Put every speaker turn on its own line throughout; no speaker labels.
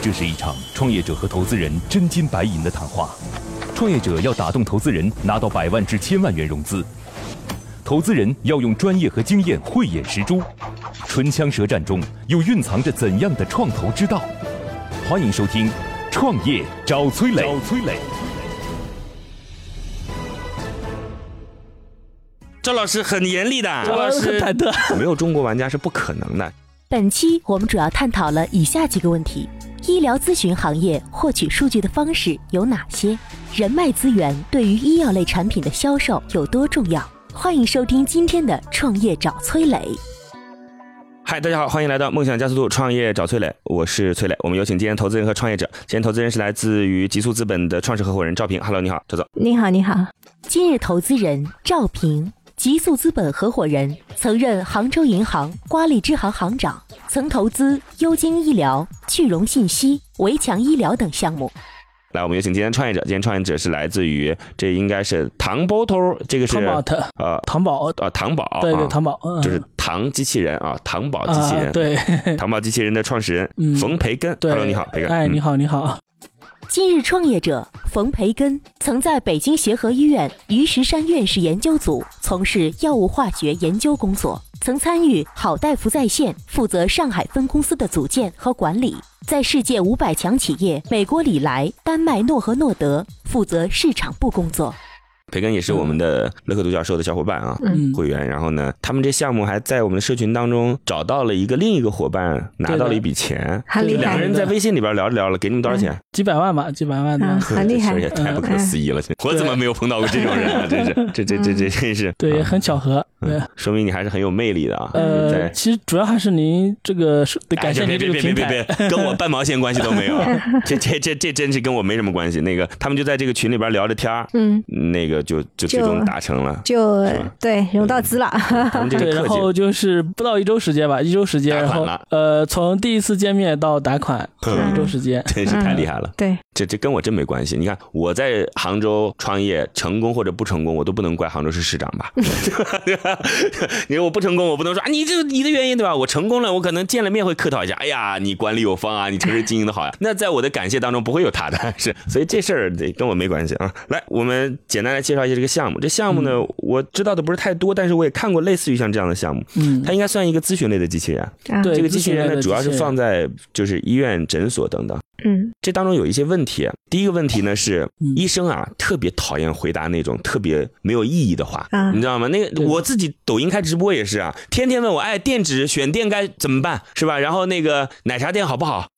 这是一场创业者和投资人真金白银的谈话。创业者要打动投资人，拿到百万至千万元融资；投资人要用专业和经验慧眼识珠。唇枪舌战中，又蕴藏着怎样的创投之道？欢迎收听《创业找崔磊》。
找崔磊。赵老师很严厉的，赵老师
忐忑。
没有中国玩家是不可能的。
本期我们主要探讨了以下几个问题：医疗咨询行业获取数据的方式有哪些？人脉资源对于医药类产品的销售有多重要？欢迎收听今天的《创业找崔磊》。
嗨，大家好，欢迎来到梦想加速度创业找崔磊，我是崔磊。我们有请今天投资人和创业者，今天投资人是来自于极速资本的创始合伙人赵平。Hello，你好，赵总。
你好，你好，
今日投资人赵平，极速资本合伙人，曾任杭州银行瓜沥支行行长，曾投资优金医疗、趣融信息、围墙医疗等项目。
来，我们有请今天创业者，今天创业者是来自于这应该是唐 Bottle，这个是
唐宝特，
呃
唐宝，
呃唐宝，
对对，
啊
唐宝，嗯
就是唐机器人啊，唐宝机器人，
啊，对，
唐宝机器人的创始人、
嗯
冯培根。
对
Hello，你好，培根。
哎，
嗯
你好，你好，
今日创业者冯培根曾在北京协和医院于石山院士研究组从事药物化学研究工作，曾参与好大夫在线，负责上海分公司的组建和管理。在世界五百强企业美国礼来、丹麦诺和诺德负责市场部工作。
培根也是
嗯
我们的乐客独角兽的小伙伴啊。
嗯，
会员，然后呢，他们这项目还在我们的社群当中找到了一个另一个伙伴，拿到了一笔钱，
很
对
厉
的
两
害
个，人在微信里边聊着聊了，给你们多少钱？
几百万吧，几百万的样
嗯，
子，
很厉害 嗯
这事儿也，太不可思议了！我怎么没有碰到过这种人啊？真是，这这
嗯
这这真是，
对，也
啊
很巧合，对
嗯，说明你还是很有魅力的啊！
呃，
在。
其实主要还是您这个是得感谢
哎
您
别
这个
别
平
别别
台
别，别，跟我半毛钱关系都没 有啊，这这这这真是跟我没什么关系。那个他们就在这个群里边聊着天儿，
嗯，
那个就就最
就
终达成 了。
就对融到资了，
嗯
他们这
对，
是
然
客气，
后就是不到一周时间吧，一周时间，
打
然
款
后
了
呃，从第一次见面到打款，
嗯
一周时间，
真是太厉害了。
对，
这这跟我真没关系。你看，我在杭州创业成功或者不成功，我都不能怪杭州市市长 吧？ 你说我不成功，我不能说啊，你这你的原因对吧？我成功了，我可能见了面会客套一下，哎呀，你管理有方啊，你城市经营的好呀、 那在我的感谢当中不会有他的， 是，所以这事儿得跟我没关系啊。来，我们简单来介绍一下这个项目。这项目呢，我知道的不是太多，但是我也看过类似于像这样的项目，
嗯
它，应该算一个咨询类的机器人。
啊，
对
这个机器人
咨询类
呢，
的
主要
机器
是
人
放在就是医院、诊所等等。
嗯，
这当中有一些问题。第一个问题呢是
嗯，
医生啊特别讨厌回答那种特别没有意义的话，
啊
你知道吗？那个
对
我自己抖音开直播也是啊，天天问我，哎，店址选店该怎么办，是吧？然后那个奶茶店好不 好？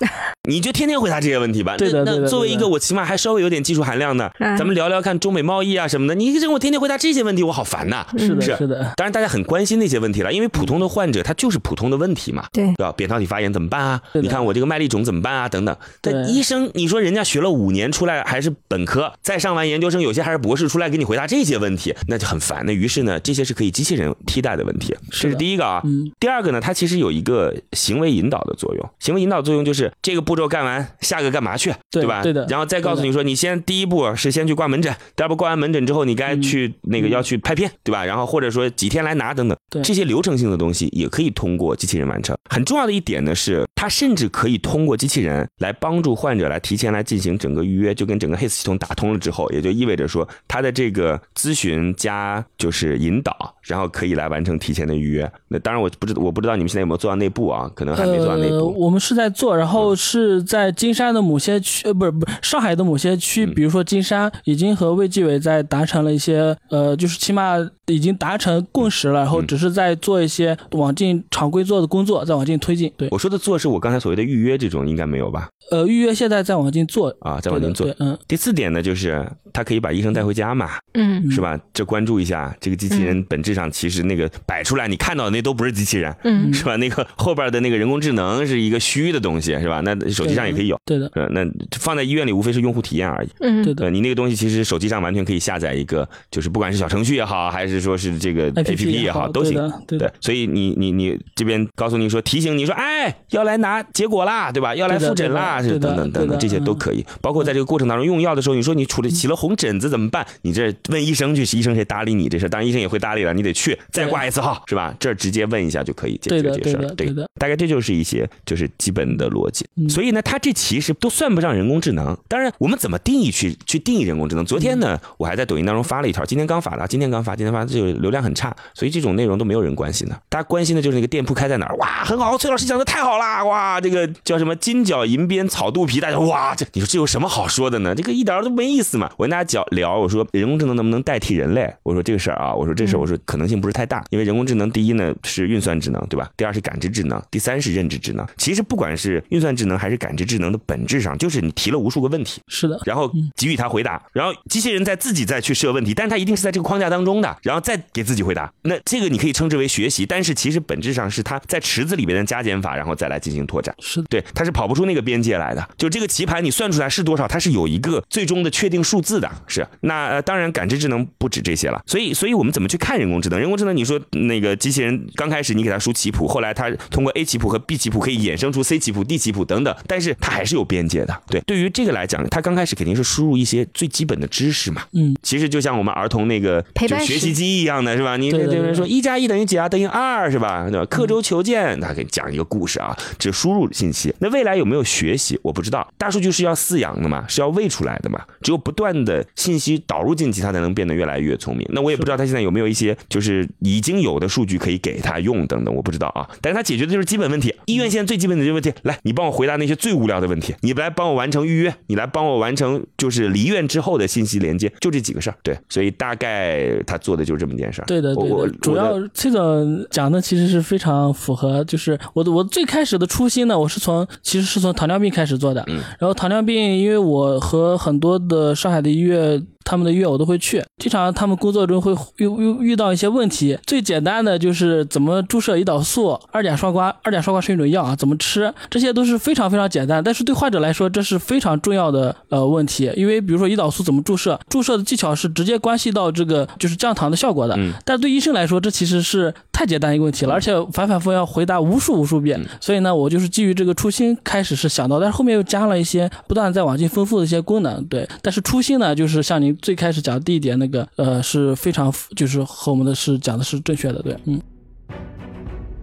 你就天天回答这些问题吧。
对的
那
对
那
的啊
作为一个
对的
我起码还稍微有点技术含量的，
嗯
咱们聊聊看中美贸易啊什么的。你让我天天回答这些问题，我好烦呐、
嗯
是的，
是
是的，
当然，大家很关心那些问题了，因为普通的患者他就是普通的问题嘛，
对
对吧？扁桃体发炎怎么办啊？
对的
你看我这个麦粒肿怎么办啊？等等。但
对
医生，你说人家学了五年出来还是本科，再上完研究生，有些还是博士出来给你回答这些问题，那就很烦。那于是呢，这些是可以机器人替代的问题，这
的
是第一个啊。
嗯，
第二个呢，它其实有一个行为引导的作用。行为引导作用就是这个步骤干完，下个干嘛去，
对
吧？
对的
然后再告诉你说，你先第一步是先去挂门诊，第二步挂完门诊之后，你
嗯
该去那个要去拍片，对吧？然后或者说几天来拿等等，
对
这些流程性的东西也可以通过机器人完成。很重要的一点呢是，它甚至可以通过机器人来帮助患者来提前来进行整个预约，就跟整个 HIS 系统打通了之后，也就意味着说，它的这个咨询加就是引导，然后可以来完成提前的预约。那当然，我不知我不知道你们现在有没有做到内部啊，可能还没做到内
呃，
部。
我们是在做，然
嗯
后是在金山的某些区，呃，不是不是上海的某些区，
嗯
比如说金山，已经和卫计委在达成了一些，呃，就是起码已经达成共识了，然后
嗯
只是在做一些往进常规做的工作，在往进推进。对，
我说的做是我刚才所谓的预约这种，应该没有吧？
呃，预约现在在往进做，
啊，再往前做
对。的对嗯，
第四点呢，就是呃它可以把医生带回家嘛，
嗯
是吧？这关注一下，这个机器人本质上其实那个摆出来你看到的那都不是机器人，
嗯
是吧？那个后边的那个人工智能是一个虚的东西，是吧？那手机上也可以有，
对的，
呃，那放在医院里无非是用户体验而已。
嗯，
对
呃，
的。
你那个东西其实手机上完全可以下载一个，就是不管是小程序也好，还是说是这个 APP 也好，都
对
行。
的，对
对
的，，
所以你你你这边告诉你说提醒你说，哎，要来拿结果啦，对吧？要来复诊啦，
对
是
的
等等等
对
等，
的嗯
这些都可以。包括在这个过程当中用药的时候，你说你处理起了红疹子怎么办？你这问医生去，医生谁搭理你这事儿？当然医生也会搭理了，你得去再挂一次号，是吧？这儿直接问一下就可以解
对
决
的
这事
对的
儿。
对的
大概这就是一些就是基本的逻辑。
嗯
所以呢，它这其实都算不上人工智能。当然，我们怎么定义去去定义人工智能？昨天呢，我还在抖音当中发了一条，今天刚发的，今天刚发，今天发，这个流量很差，所以这种内容都没有人关心的。大家关心的就是那个店铺开在哪儿，哇，很好，崔老师讲的太好啦，哇，这个叫什么金角银边草肚皮，大家哇，这你说这有什么好说的呢？这个一点儿都没意思嘛。我跟大家讲聊，我说人工智能能不能代替人类？我说这个事儿啊，我说这事儿，我说可能性不是太大，因为人工智能第一呢是运算智能，对吧？第二是感知智能，第三是认知智能。其实不管是运算智能还是感知智能的本质上，就是你提了无数个问题，
是的，
然后给予他回答，然后机器人再自己再去设问题，但是它一定是在这个框架当中的，然后再给自己回答。那这个你可以称之为学习，但是其实本质上是它在池子里边的加减法，然后再来进行拓展。
是的，
对，它是跑不出那个边界来的。就这个棋盘，你算出来是多少，它是有一个最终的确定数字的。是，那、呃、当然感知智能不止这些了。所以，所以我们怎么去看人工智能？人工智能，你说那个机器人刚开始你给它输棋谱，后来它通过 A 棋谱和 B 棋谱可以衍生出 C 棋谱、D 棋谱等等，但是它还是有边界的。对，对于这个来讲，它刚开始肯定是输入一些最基本的知识嘛。
嗯，
其实就像我们儿童那个
陪伴
就学
时
习机一样的是吧？你
对对
这
对
边说一加一等于几啊？等于二是吧？对吧？刻舟求剑，他给你讲一个故事啊，只输入信息。那未来有没有学习？我不知道。大数据是要饲养的嘛，是要喂出来的嘛？只有不断的信息导入进去，它才能变得越来越聪明。那我也不知道它现在有没有一些就是已经有的数据可以给它用等等，我不知道啊。但是它解决的就是基本问题。医院现在最基本的这个问题，来，你帮我回答那些最无聊的问题，你来帮我完成预约，你来帮我完成就是离院之后的信息连接，就这几个事儿。对，所以大概他做的就是这么件事儿。
对的，
我
对
我
的，主
我的
要崔总讲的其实是非常符合，就是我的我最开始的初心呢，我是从其实是从糖尿病开始做的，
嗯
然后糖尿病，因为我和很多的上海的医院。他们的医院我都会去，经常他们工作中会遇遇遇到一些问题。最简单的就是怎么注射胰岛素、二甲双胍，二甲双胍是一种药啊，怎么吃，这些都是非常非常简单，但是对患者来说这是非常重要的呃问题，因为比如说胰岛素怎么注射，注射的技巧是直接关系到这个就是降糖的
嗯
效果的。但对医生来说，这其实是太简单一个问题了，而且反反复复要回答无数无数遍。所以呢，我就是基于这个初心开始是想到，但是后面又加了一些不断地在往进丰富的一些功能。对，但是初心呢，就是像您最开始讲的第一点那个，呃，是非常就是和我们的是讲的是正确的。对，嗯，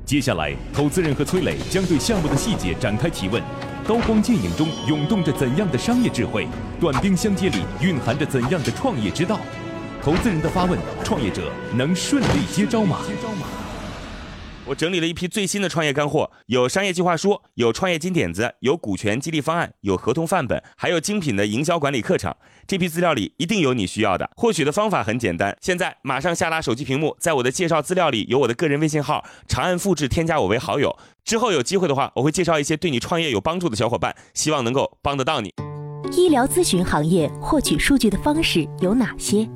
接下来，投资人和崔磊将对项目的细节展开提问。刀光剑影中涌动着怎样的商业智慧？短兵相接里蕴含着怎样的创业之道？投资人的发问，创业者能顺利接招吗？
我整理了一批最新的创业干货，有商业计划书，有创业金点子，有股权激励方案，有合同范本，还有精品的营销管理课程。这批资料里一定有你需要的。获取的方法很简单，现在马上下拉手机屏幕，在我的介绍资料里有我的个人微信号，长按复制添加我为好友。之后有机会的话，我会介绍一些对你创业有帮助的小伙伴，希望能够帮得到你。
医疗咨询行业获取数据的方式有哪些？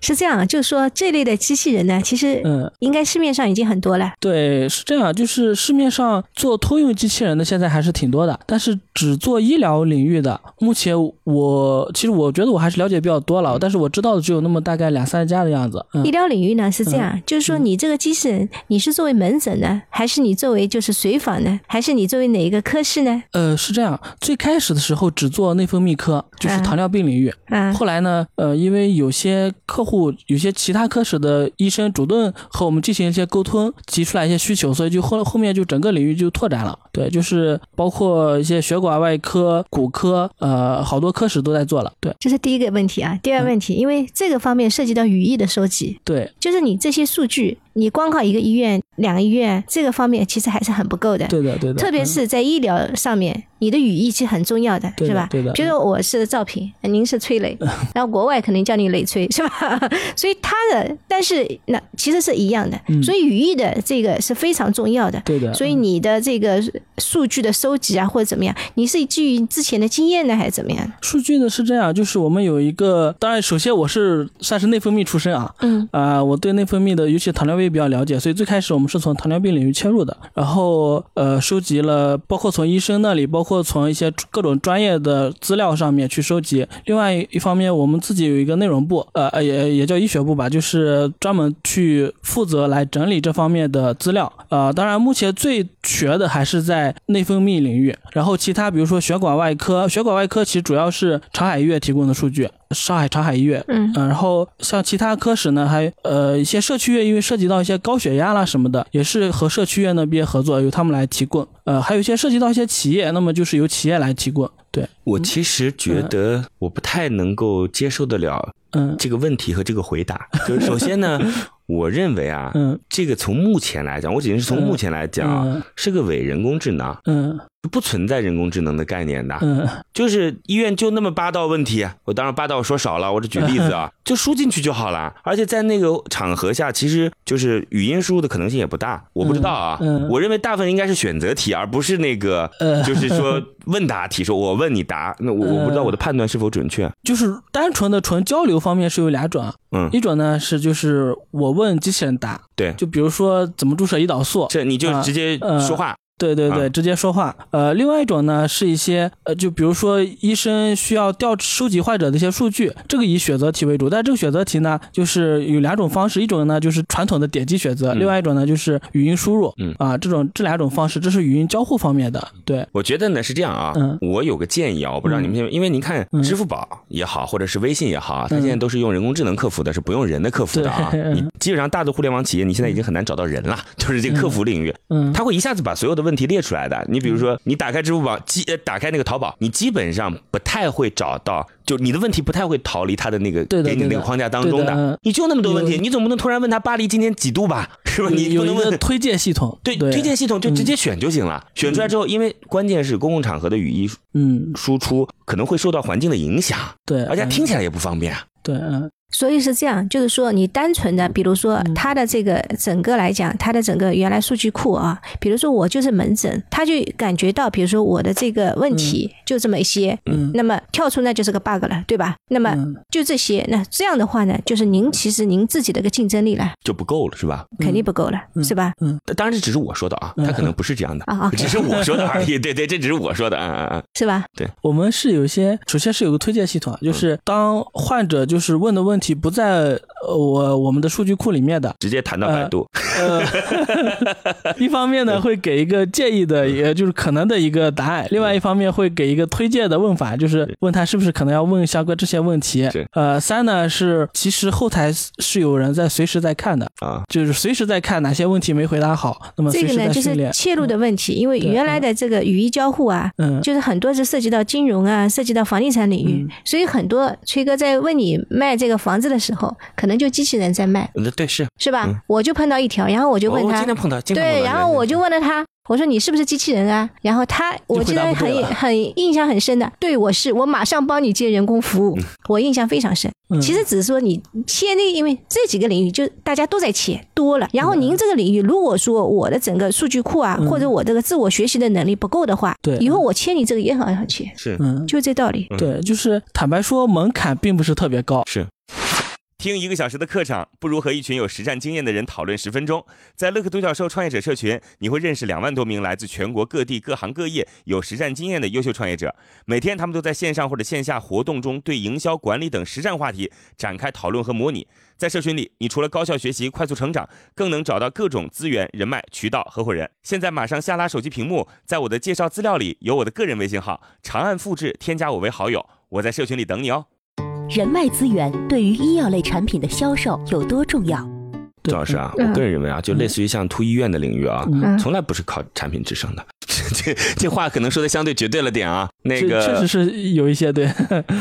是这样，啊就是说这类的机器人呢，其实
嗯
应该市面上已经很多了。
对，是这样，就是市面上做通用机器人的现在还是挺多的，嗯但是只做医疗领域的，目前我其实我觉得我还是了解比较多了，但是我知道的只有那么大概两三家的样子。嗯
医，疗领域呢是这样，就是说你这个机器人，你是作为门诊呢，还是你作为就是随访呢，还是你作为哪一个科室呢？
呃，是这样，最开始的时候只做内分泌科，就是
嗯
糖尿病领域。
啊，
后来呢，呃，因为有些客户、有些其他科室的医生主动和我们进行一些沟通，提出来一些需求，所以就后后面就整个领域就拓展了。对，就是包括一些血管外科、骨科，呃，好多科室都在做了。对
这是第一个问题啊。
嗯
第二个问题，因为这个方面涉及到语义的收集，
对
就是你这些数据，你光靠一个医院、两个医院这个方面，其实还是很不够的。
对的对的，嗯
特别是在医疗上面，你的语义是很重要的，
对的
是吧？
对的嗯
比如说我是赵平，您是崔 磊，然后国外可能叫你磊崔，是吧？ 所以他的，但是那其实是一样的，
嗯
所以语义的这个是非常重要的。
对的嗯
所以你的这个数据的收集啊，或者怎么样，你是基于之前的经验呢，还是怎么样？
数据呢是这样，就是我们有一个，当然首先我是算是内分泌出身啊，
嗯，
啊、我对内分泌的，尤其糖尿病比较了解，所以最开始我们是从糖尿病领域切入的，然后呃，收集了包括从医生那里，包括从一些各种专业的资料上面去收集。另外一方面，我们自己有一个内容部，呃，呃也也叫医学部吧，就是专门去负责来整理这方面的资料。呃，当然目前最学的还是在内分泌领域，然后其他比如说血管外科，血管外科其实主要是长海医院提供的数据。上海长海医院，
嗯
然后像其他科室呢，还呃一些社区院，因为涉及到一些高血压啦什么的，也是和社区院那边合作，由他们来提供。呃，还有一些涉及到一些企业，那么就是由企业来提供。对，
我其实觉得我不太能够接受得了
嗯
这个问题和这个回答。 就是首先呢，我认为啊，
嗯
这个从目前来讲，我仅是从目前来讲啊，
嗯
是个伪人工智能，
嗯
不存在人工智能的概念的。
嗯
就是医院就那么八道问题，啊我当然八道说少了，我只举例子 啊，就输进去就好了。而且在那个场合下，其实就是语音输入的可能性也不大，我不知道啊。
嗯嗯
我认为大部分应该是选择题，而不是那个、
呃
就是说问答题，说我问你答。那我我不知道我的判断是否准确。
就是单纯的纯交流方面是有两种啊，
嗯，
一种呢是就是我问机器人答，
对，
就比如说怎么注射胰岛素，
这你就
啊
直接
呃
说话。
对对对，
啊
直接说话。呃，另外一种呢是一些呃，就比如说医生需要调收集患者的一些数据，这个以选择题为主。但这个选择题呢，就是有两种方式，一种呢就是传统的点击选择，
嗯
另外一种呢就是语音输入。
嗯
啊，这种这两种方式，这是语音交互方面的。对，
我觉得呢是这样啊，
嗯
我有个建议啊，我不知道你们信不信因为您看
嗯
支付宝也好，或者是微信也好啊，它
嗯
现在都是用人工智能客服的，是不用人的客服的啊
对。嗯
你基本上大的互联网企业，你现在已经很难找到人 了，就是这个客服领域，
嗯
它会一下子把所有的问题列出来的。你比如说，你打开支付宝，基呃打开那个淘宝，你基本上不太会找到，就你的问题不太会逃离它的那个
对的
给你那
对
个
的
框架当中
对的嗯
的。你就那么多问题，
有
你总不能突然问他巴黎今天几度吧，是吧？你
有
不
一
能问
个推荐系统，
对
对
推荐系统就直接选就行
嗯
了，选出来之后，因为关键是公共场合的语义
嗯，
输出可能会受到环境的影响，
对，
而且
嗯
听起来也不方便啊。
对，嗯
所以是这样，就是说你单纯的，比如说它的这个整个来讲，它的整个原来数据库啊，比如说我就是门诊，他就感觉到，比如说我的这个问题就这么一些，
嗯
那么跳出那就是个 bug 了，对吧？那么
嗯
就这些，那这样的话呢，就是您其实您自己的一个竞争力了，
就不够了，是吧？
嗯
肯定不够了，是吧？
但当然，这只是我说的啊，他可能不是这样的
嗯啊，OK
只是我说的而 已。对对，这只是我说的啊啊啊！
是吧？
我们是有一些，首先是有个推荐系统，
嗯
就是当患者就是问的问题不在呃我我们的数据库里面的，
直接谈到百度，
呃， 一方面呢会给一个建议的，也就是可能的一个答案；，另外一方面会给一个推荐的问法，就是问他是不是可能要问相关这些问题
是。
呃，三呢是其实后台是有人在随时在看的
嗯
啊，
就是随时在看哪些问题没回答好，那么
这
随
个
时
呢，
在
就
训
是
练。
切入的问题，因为
对
原来的这个语义交互啊，
嗯
就是很多是涉及到金融啊，涉及到房地产领域，所以很多崔哥在问你卖这个房子的时候，可能就机器人在卖，
嗯那对是，
是
嗯
吧？我就碰到一条，然后我就
我
问
我
哦
他，
今天碰到，今天碰到
对，然后我就问了他，我说你是不是机器人啊？然后他，我记得
就回答不对
很
了
很印象很深的，对我是，我马上帮你接人工服务，我印象非常深。
嗯
其实只是说你切那，因为这几个领域就大家都在切多了。然后您这个领域，如果说我的整个数据库啊，或者我这个自我学习的能力不够的话，
对
以后我切你这个也很好切，
是
嗯，
就这道理。
对，就是坦白说，门槛并不是特别高。
是。
听一个小时的课程，不如和一群有实战经验的人讨论十分钟。在乐客独角兽创业者社群，你会认识两万多名来自全国各地各行各业有实战经验的优秀创业者。每天，他们都在线上或者线下活动中对营销、管理等实战话题展开讨论和模拟。在社群里，你除了高效学习、快速成长，更能找到各种资源、人脉、渠道、合伙人。现在马上下拉手机屏幕，在我的介绍资料里有我的个人微信号，长按复制，添加我为好友。我在社群里等你哦。
人脉资源对于医药类产品的销售有多重要？
对
周老师啊，
嗯
我个人认为啊，就类似于像突医院的领域啊，
嗯
嗯
从来不是靠产品制胜的。 这这话可能说的相对绝对了点啊。那
这确实
个
是有一些对，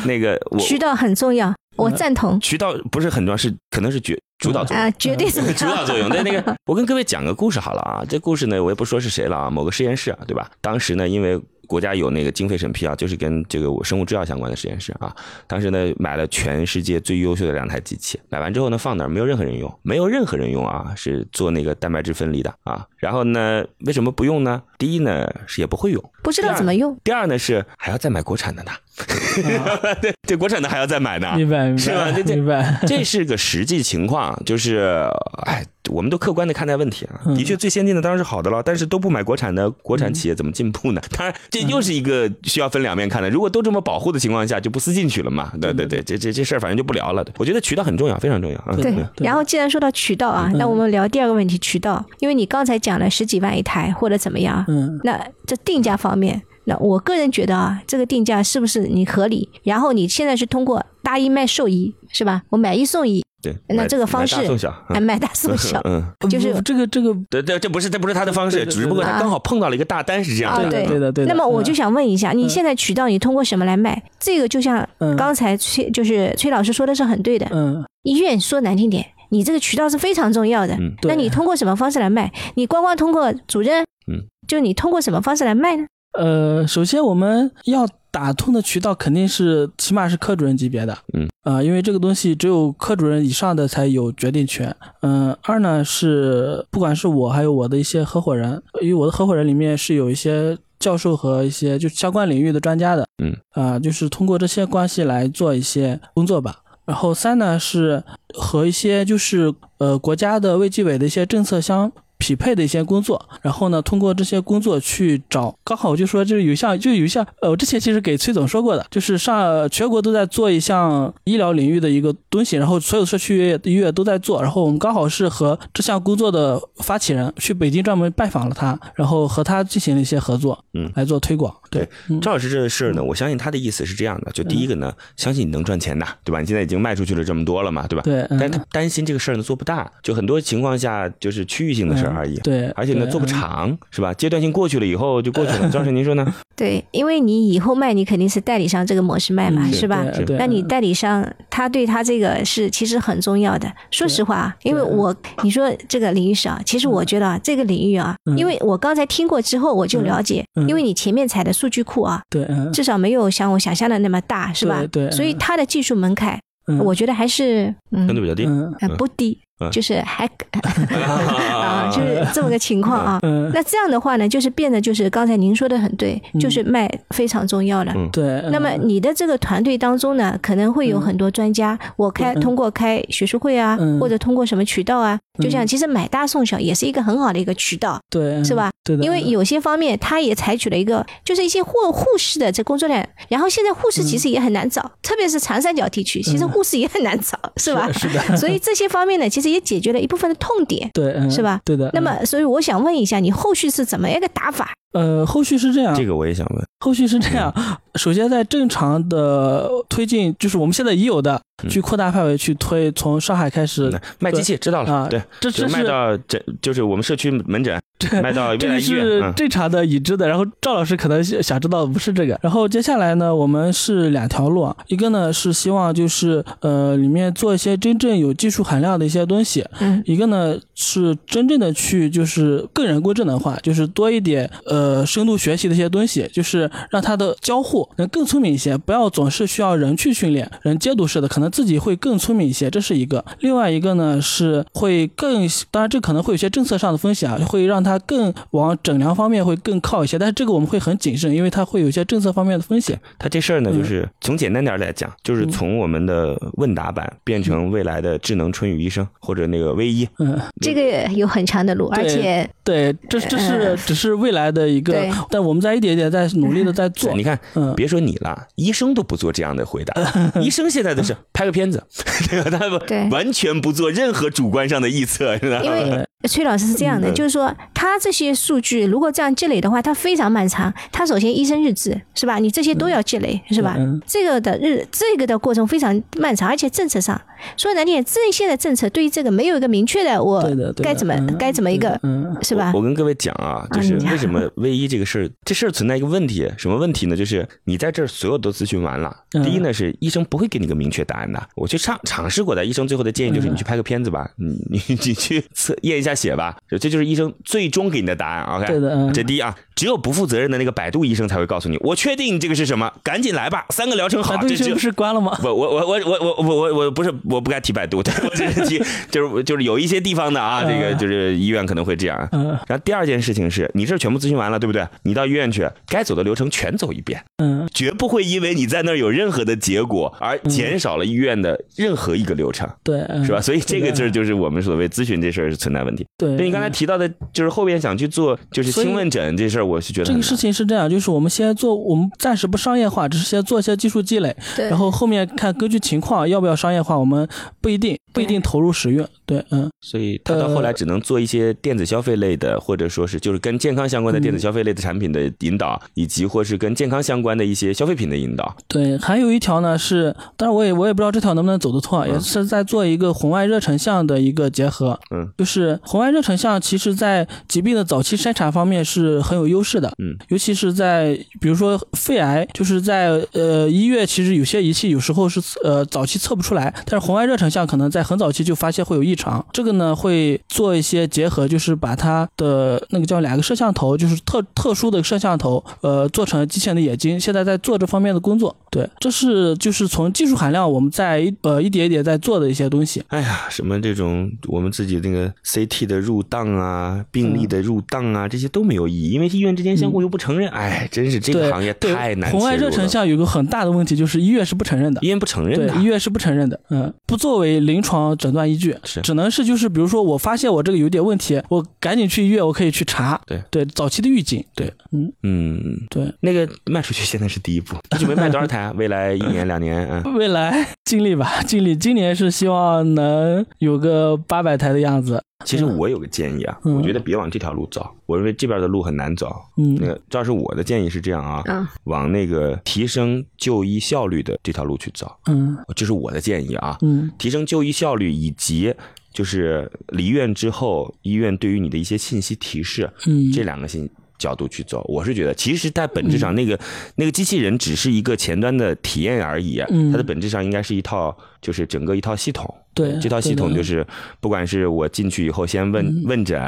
那个我嗯
渠道很重要，我赞同
渠道不是很重要，是可能是绝主导作用。
啊，绝对是
主导 作用。但那个，我跟各位讲个故事好了啊。这故事呢，我也不说是谁了啊，某个实验室啊，对吧？当时呢，因为国家有那个经费审批啊，就是跟这个生物制药相关的实验室啊。当时呢，买了全世界最优秀的两台机器，买完之后呢，放那儿没有任何人用，没有任何人用啊，是做那个蛋白质分离的啊。然后呢，为什么不用呢？第一呢是也不会用，
不知道怎么用。
第二呢是还要再买国产的呢， 对对，国产的还要再买呢，
明白明白
啊是吧这这
明白，
这是个实际情况，就是哎，我们都客观的看待问题啊。
嗯
的确，最先进的当然是好的了，但是都不买国产的，国
嗯
产企业怎么进步呢？ 当然，这又是一个需要分两面看的。如果都这么保护的情况下，就不思进取了嘛。对对对，这这这事儿反正就不聊了。我觉得渠道很重要，非常重要啊。
嗯对
嗯，
然后既然说到渠道啊，那我们聊第二个问题，渠道，因为你刚才讲了十几万一台或者怎么样，啊
嗯
那这定价方面，那我个人觉得啊，这个定价是不是你合理？然后你现在是通过搭一卖售一，是吧？我买一送一，
对，
那
买
这个方
买
式
大送小，
啊，
嗯，
买大送小
嗯，
就是
不这个这个
对对，这不是这不是他的方
对
式，
对
只不过
对
他刚好碰到了一个大单是这样
啊
的，
对
对的对的。
那么我就
嗯
想问一下，你现在渠道你通过什么来卖？这个就像
嗯
刚才崔就是崔老师说的是很对的，
嗯，
医院说难听点，你这个渠道是非常重要的。
嗯
对
那你通过什么方式来卖？你光光通过主任，
嗯，
就你通过什么方式来卖呢？
呃，首先我们要打通的渠道肯定是起码是科主任级别的，
嗯
啊、因为这个东西只有科主任以上的才有决定权。嗯、二呢是不管是我还有我的一些合伙人，因为我的合伙人里面是有一些教授和一些就相关领域的专家的，
嗯
啊、就是通过这些关系来做一些工作吧。然后三呢是和一些就是呃国家的卫计委的一些政策相匹配的一些工作，然后呢通过这些工作去找，刚好我就说就是有一项就有一项呃我之前其实给崔总说过的，就是上全国都在做一项医疗领域的一个东西，然后所有社区医院都在做，然后我们刚好是和这项工作的发起人去北京专门拜访了他，然后和他进行了一些合作，
嗯
来做推广，
对，赵老师这个事儿呢，我相信他的意思是这样的：就第一个呢，相信你能赚钱的，对吧？你现在已经卖出去了这么多了嘛，对吧？
对，嗯
但他担心这个事儿呢做不大，就很多情况下就是区域性的事儿而已。
嗯对
而且呢
对
做不
嗯
长，是吧？阶段性过去了以后就过去了。赵老师您说呢？
对，因为你以后卖，你肯定是代理商这个模式卖嘛，
嗯
是吧？
对对
那你代理商他对他这个是其实很重要的。说实话啊，因为我你说这个领域是啊，其实我觉得啊，这个领域啊，
嗯
因为我刚才听过之后我就了解，
嗯嗯
因为你前面采的数据库啊，
对，嗯，
至少没有像我想象的那么大，是吧？
对对
所以它的技术门槛，
嗯
我觉得还是嗯
相对比较低。
嗯
呃不低
嗯，
就是还 啊，就是这么个情况啊。
嗯，
那这样的话呢，就是变得就是刚才您说的很对，就是卖非常重要了。
嗯
对。
那么你的这个团队当中呢，可能会有很多专家，我开
嗯
通过开学术会啊，
嗯
或者通过什么渠道啊，
嗯
就像其实买大送小也是一个很好的一个渠道，
对嗯
是吧？
对的，
因为有些方面它也采取了一个就是一些护护士的这工作量，然后现在护士其实也很难找，特别是长三角地区，其实
嗯
护士也很难找，是吧？
是的，
所以这些方面呢，其实也解决了一部分的痛点。
对，嗯
是吧
对的。
那么，所以我想问一下，你后续是怎么一个打法？
呃，后续是这样，
这个我嗯也想问，
后续是这样。首先，在正常的推进，就是我们现在已有的，
嗯
去扩大范围去推，从上海开始
那卖机器知道
啊
了，对，，
这
嗯就
这
卖
是。
到诊，就是我们社区门诊，卖到未
这
来
个
医院。
是
嗯
正常的已知的，然后赵老师可能想想知道的不是这个。然后接下来呢，我们是两条路，啊，一个呢是希望就是呃里面做一些真正有技术含量的一些东西，
嗯
一个呢是真正的去就是个人规智能化，就是多一点呃深度学习的一些东西，就是让他的交互能更聪明一些，不要总是需要人去训练，人监督式的，可能自己会更聪明一些，这是一个。另外一个呢是会更，当然这可能会有些政策上的风险啊，会让他更往诊疗方面会更靠一些，但是这个我们会很谨慎，因为它会有一些政策方面的风险。
他这事儿呢，
嗯
就是从简单点儿来讲，就是从我们的问答版变成未来的智能春雨医生或者那个微医，
嗯，
这个有很长的路，
对
而且
对，这这是只是未来的一个
嗯对，
但我们在一点一点在努力的在做
你。看，
嗯，
别说你了，医生都不做这样的回答。 医生现在都是拍个片子，对吧？他
对
们完全不做任何主观上的臆测，是吧？
因为崔老师是这样
嗯
的，就是说他这些数据如果这样积累的话，它非常漫长。他首先医生日志是吧？你这些都要积累是吧
嗯？
这个的日这个的过程非常漫长，而且政策上说难听点，这些的政策对于这个没有一个明确的我
对的，对的
该怎么
嗯
该怎么一个
嗯
是吧
我？我跟各位讲啊，就是
啊你讲
为什么卫医这个事儿，这事儿存在一个问题，什么问题呢？就是你在这儿所有都咨询完了，
嗯
第一呢是医生不会给你个明确答案的。我去尝尝试过的，医生最后的建议就是
嗯
你去拍个片子吧，你你 你去测验一下血吧，这就是医生最终给你的答案。OK，
对的嗯
这第一啊，只有不负责任的那个百度医生才会告诉你，我确定你这个是什么，赶紧来吧，三个疗程 好
百，度
这
医
只
生不是关 了吗？
不，我我我我我我我我不是我不该提百度，对我只是提 就是就是有一些地方的啊，这个就是医院可能会这样啊。
嗯
然后第二件事情是你这儿全部咨询完了，对不对？你到医院去，该走的流程全走一遍，
嗯，
绝不会因为你在那儿有任何的结果而减少了医院的任何一个流程，
对，嗯
是吧？？所以这个
是的
事儿就是我们所谓咨询这事儿是存在问题。
对，
对你刚才
嗯
提到的，就是后边想去做就是
所以
亲问诊这事儿，我是觉得
这个
很
事
难
情是这样，就是我们先做，我们暂时不商业化，只是先做一些技术积累，
对
然后后面看根据情况要不要商业化，我们不一定。不一定投入使用。对，嗯，
所以他到后来只能做一些电子消费类的，或者说是就是跟健康相关的电子消费类的产品的引导，以及或是跟健康相关的一些消费品的引导。
对。还有一条呢是，当然我也我也不知道这条能不能走得通啊，也是在做一个红外热成像的一个结合。
嗯，
就是红外热成像，其实在疾病的早期筛查方面是很有优势的。
嗯，
尤其是在比如说肺癌，就是在呃医院，其实有些仪器有时候是呃早期测不出来，但是红外热成像可能在很早期就发现会有异常。这个呢会做一些结合，就是把它的那个叫两个摄像头，就是特特殊的摄像头，呃，做成机器人的眼睛。现在在做这方面的工作。对，这是就是从技术含量我们在一呃一叠一叠在做的一些东西。
哎呀，什么这种我们自己那个 CT 的入档
嗯
啊，病例的入档啊，这些都没有意义，因为医院之间相互又不承认。哎，真是这
对
个行业
对
太难
红外
切入
热成
了
像有一个很大的问题，就是医院是不承认的
医。院不承认
对
的，。
医院是不承认的，嗯，不作为临床诊断依据，
是
只能是就是，比如说我发现我这个有点问题，我赶紧去医院，我可以去查，
对
对，早期的预警，
对
对，嗯，
嗯，
对，
那个卖出去现在是第一步，你准备卖多少台啊？未来一年两年 啊？嗯
未来尽力吧，尽力，今年是希望能有个八百台的样子，
其实我有个建议啊，
嗯
我觉得别往这条路走，我认为这边的路很难走。
嗯
那个，这是我的建议是这样啊，
啊，
往那个提升就医效率的这条路去走，
嗯
这是我的建议啊。
嗯
提升就医效率以及就是离院之后医院对于你的一些信息提示，
嗯，
这两个信角度去走，我是觉得，其实，在本质上，那个、
嗯
那个机器人只是一个前端的体验而已，
嗯
它的本质上应该是一套，就是整个一套系统。
对
这套系统
对的
就是，不管是我进去以后先问、问诊，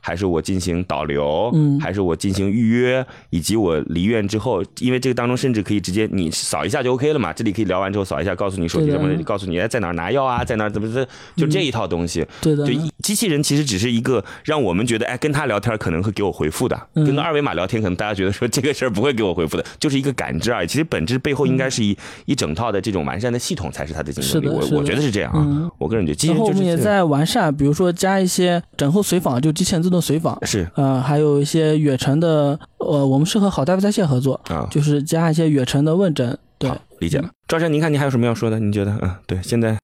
还是我进行导流，
嗯
还是我进行预约，以及我离院之后，因为这个当中甚至可以直接你扫一下就 OK 了嘛，这里可以聊完之后扫一下，告诉你手机
对
什
的嗯
么，告诉你哎在哪儿拿药啊，在哪儿怎么怎么，就这一套东西。
对的嗯
就，一机器人其实只是一个让我们觉得，哎，跟他聊天可能会给我回复的，
嗯
跟个二维码聊天，可能大家觉得说这个事儿不会给我回复的，就是一个感知而已。其实本质背后应该是一、一整套的这种完善的系统才是它的竞争力。
嗯是的是的
我我觉得是这样啊，
嗯
我个人觉得机器
然
人
后
就
我
是
们也
这样
在完善，比如说加一些诊后随访，就机器人自动随访，
是
呃，还有一些远程的，呃，我们是和好大夫在线合作，
啊，
就是加一些远程的问诊，对，嗯
好理解了。赵山，您看您还有什么要说的？您觉得？嗯，对，现在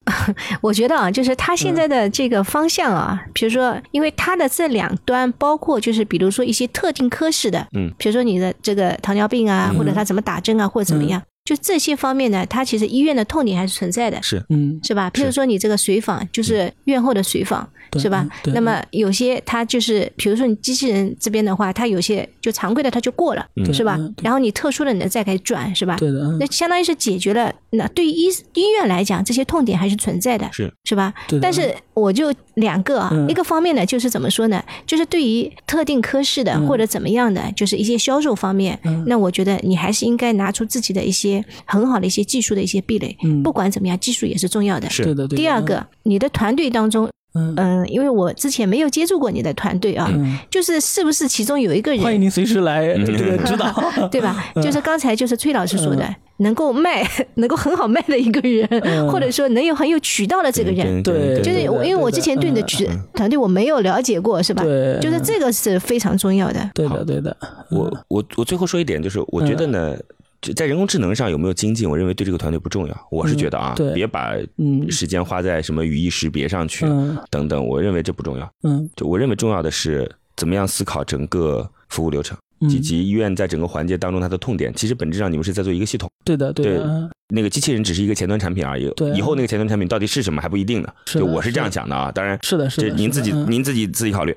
我觉得啊，就是它现
嗯
在的这个方向啊，比如说，因为它的这两端包括就是比如说一些特定科室的，
嗯，
比如说你的这个糖尿病
嗯
啊，或者它怎么打针啊，或者怎么样，就这些方面呢，它其实医院的痛点还是存在的，
是
嗯，
是吧？譬如说你这个随访，就是院后的随访，
对
是吧
嗯？对
那么有些它就是，比如说你机器人这边的话，它有些就常规的它就过了，
对
是吧
嗯？对
然后你特殊的你再给转，是吧？
对的，嗯
那相当于是解决了。那对于医医院来讲，这些痛点还是存在的，
是
是吧？
对的
但是我就两个啊，
嗯
一个方面呢，就是怎么说呢？就是对于特定科室的、
嗯
或者怎么样的，就是一些销售方面，
嗯
那我觉得你还是应该拿出自己的一些很好的一些技术的一些壁垒。
嗯
不管怎么样，技术也是重要的。
是
对的，对的
第二个，，你的团队当中，
嗯嗯
嗯、因为我之前没有接触过你的团队啊，
嗯，
就是是不是其中有一个 人
欢迎您随时来
嗯
呃这个指导，
嗯 对吧？
嗯
就是刚才就是崔老师说的，能够卖， 能够很好卖的一个人，
嗯
或者说能有很有渠道的这个人，
对
就是我，
对
因为我
对
之前对你的渠
嗯
团队我没有了解过，是吧？
对，嗯
就是这个是非常重要的。
对的，对的，嗯
我我我最后说一点，就是我觉得呢。这在人工智能上有没有精进，我认为对这个团队不重要。我是觉得啊，
嗯对
别把
嗯
时间花在什么语义识别上去，
嗯
等等，我认为这不重要。
嗯
就我认为重要的是怎么样思考整个服务流程，
嗯，
以及医院在整个环节当中它的痛点。其实本质上你们是在做一个系统，
对的，对
对
的，嗯
那个机器人只是一个前端产品而已。
对
以后那个前端产品到底是什么还不一定呢。
是的
就我是这样
是的
想的啊，当然
是的，是
这
的，
您
是
自
的
己
嗯
您自己自己考虑。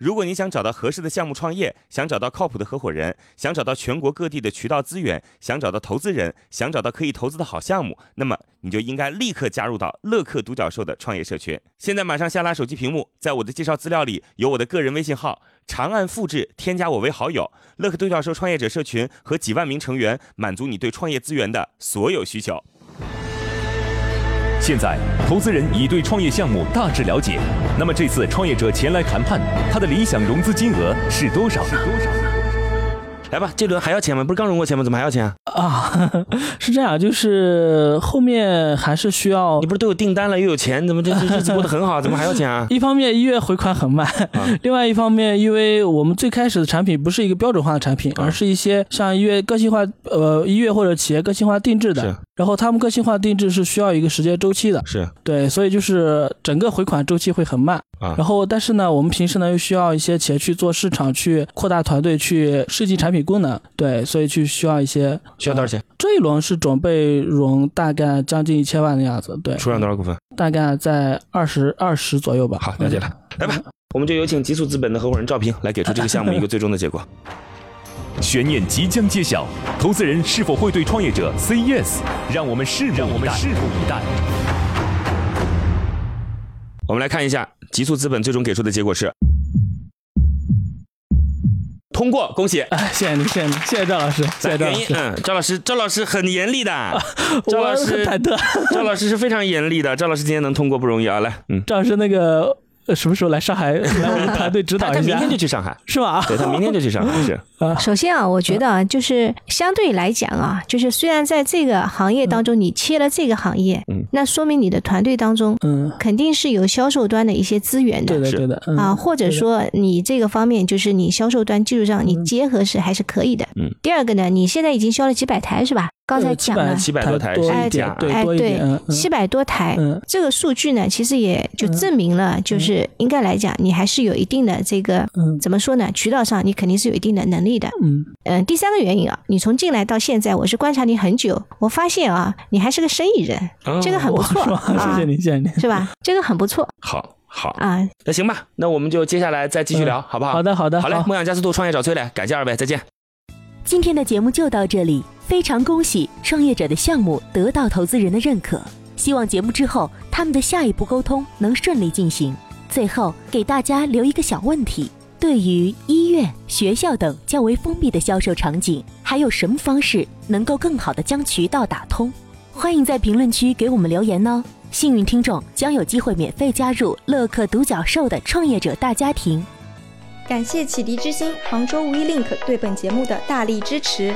如果你想找到合适的项目创业，想找到靠谱的合伙人，想找到全国各地的渠道资源，想找到投资人，想找到可以投资的好项目，那么你就应该立刻加入到乐客独角兽的创业社群。现在马上下拉手机屏幕，在我的介绍资料里有我的个人微信号，长按复制，添加我为好友。乐客独角兽创业者社群和几万名成员，满足你对创业资源的所有需求。
现在，投资人已对创业项目大致了解。那么这次创业者前来谈判，他的理想融资金额是多少？是多少？
来吧，这轮还要钱吗？不是刚融过钱吗？怎么还要钱啊？
啊，是这样，就是后面还是需要
你。不是都有订单了，又有钱，怎么这这日子过得很好，怎么还要钱啊？
一方面，医院回款很慢；
啊
另外一方面，因为我们最开始的产品不是
啊
一个标准化的产品，而是一些像医院个性化、呃医院或者企业个性化定制的
是。
然后他们个性化定制是需要一个时间周期的，
是
对，所以就是整个回款周期会很慢
啊
然后，但是呢，我们平时呢又需要一些企业去做市场，去扩大团队，去设计产品功能，对，所以去需要一些。呃
需要多少钱？
这一轮是准备融大概将近一千万的样子，对，
出让多少股份？
大概在二十二十左右吧。
好，了解了，
嗯
来吧，我们就有请极速资本的合伙人赵平来给出这个项目一个最终的 结果。
悬念即将揭晓，投资人是否会对创业者 say yes？让我们拭目让我们拭目以待。
我们来看一下极速资本最终给出的结果 是通过，恭喜。
哎， 谢谢你，谢谢你，谢谢赵老师，谢谢赵老
原因，
师，
嗯，赵老师，赵老师很严 厉的，赵
我
老
很
师，
忐忑。
赵老师是非常严厉的。赵老师今天能通过不容易啊，来，嗯，
赵老师那个呃什么时候来上海来我们团队指
他
导
哎他
一
明
下
天？就去上海，
是吧？
对他明天就去上海， 是
首先啊，我觉得啊，就是相对来讲啊，就是虽然在这个行业当
嗯
中你切了这个行业，
嗯
那说明你的团队当中
嗯，
肯定是有销售端的一些资源
对
的。
的，
是
对的，嗯嗯
啊，或者说你这个方面就是你销售端技术上你结合是还是可以的。
嗯。
第二个呢，你现在已经销了几百台是吧？刚才
呃
讲了
700多台
多
是
一
一
点
家，
对，
哎
多一
对
点，嗯嗯
七百多台，
嗯
这个数据呢，其实也就证明了，就是应该来讲，你还是有一定的这个
嗯
怎么说呢？渠道上你肯定是有一定的能力的。
嗯，
嗯，第三个原因啊，你从进来到现在，我是观察你很久，我发现啊，你还是个生意人，
哦
这个很 不
我
错，
说，谢谢
啊，
你，谢谢你。
是吧？这个很不错
好好，
啊，
那行吧，那我们就接下来再继续聊，嗯好不好？
好，的，好的，
好嘞，梦想加速度，创业找崔磊，感谢二位，再见。
今天的节目就到这里，非常恭喜创业者的项目得到投资人的认可。希望节目之后他们的下一步沟通能顺利进行。最后给大家留一个小问题：对于医院、学校等较为封闭的销售场景，还有什么方式能够更好的将渠道打通？欢迎在评论区给我们留言哦。幸运听众将有机会免费加入乐客独角兽的创业者大家庭。
感谢启迪之星、杭州无一 link 对本节目的大力支持。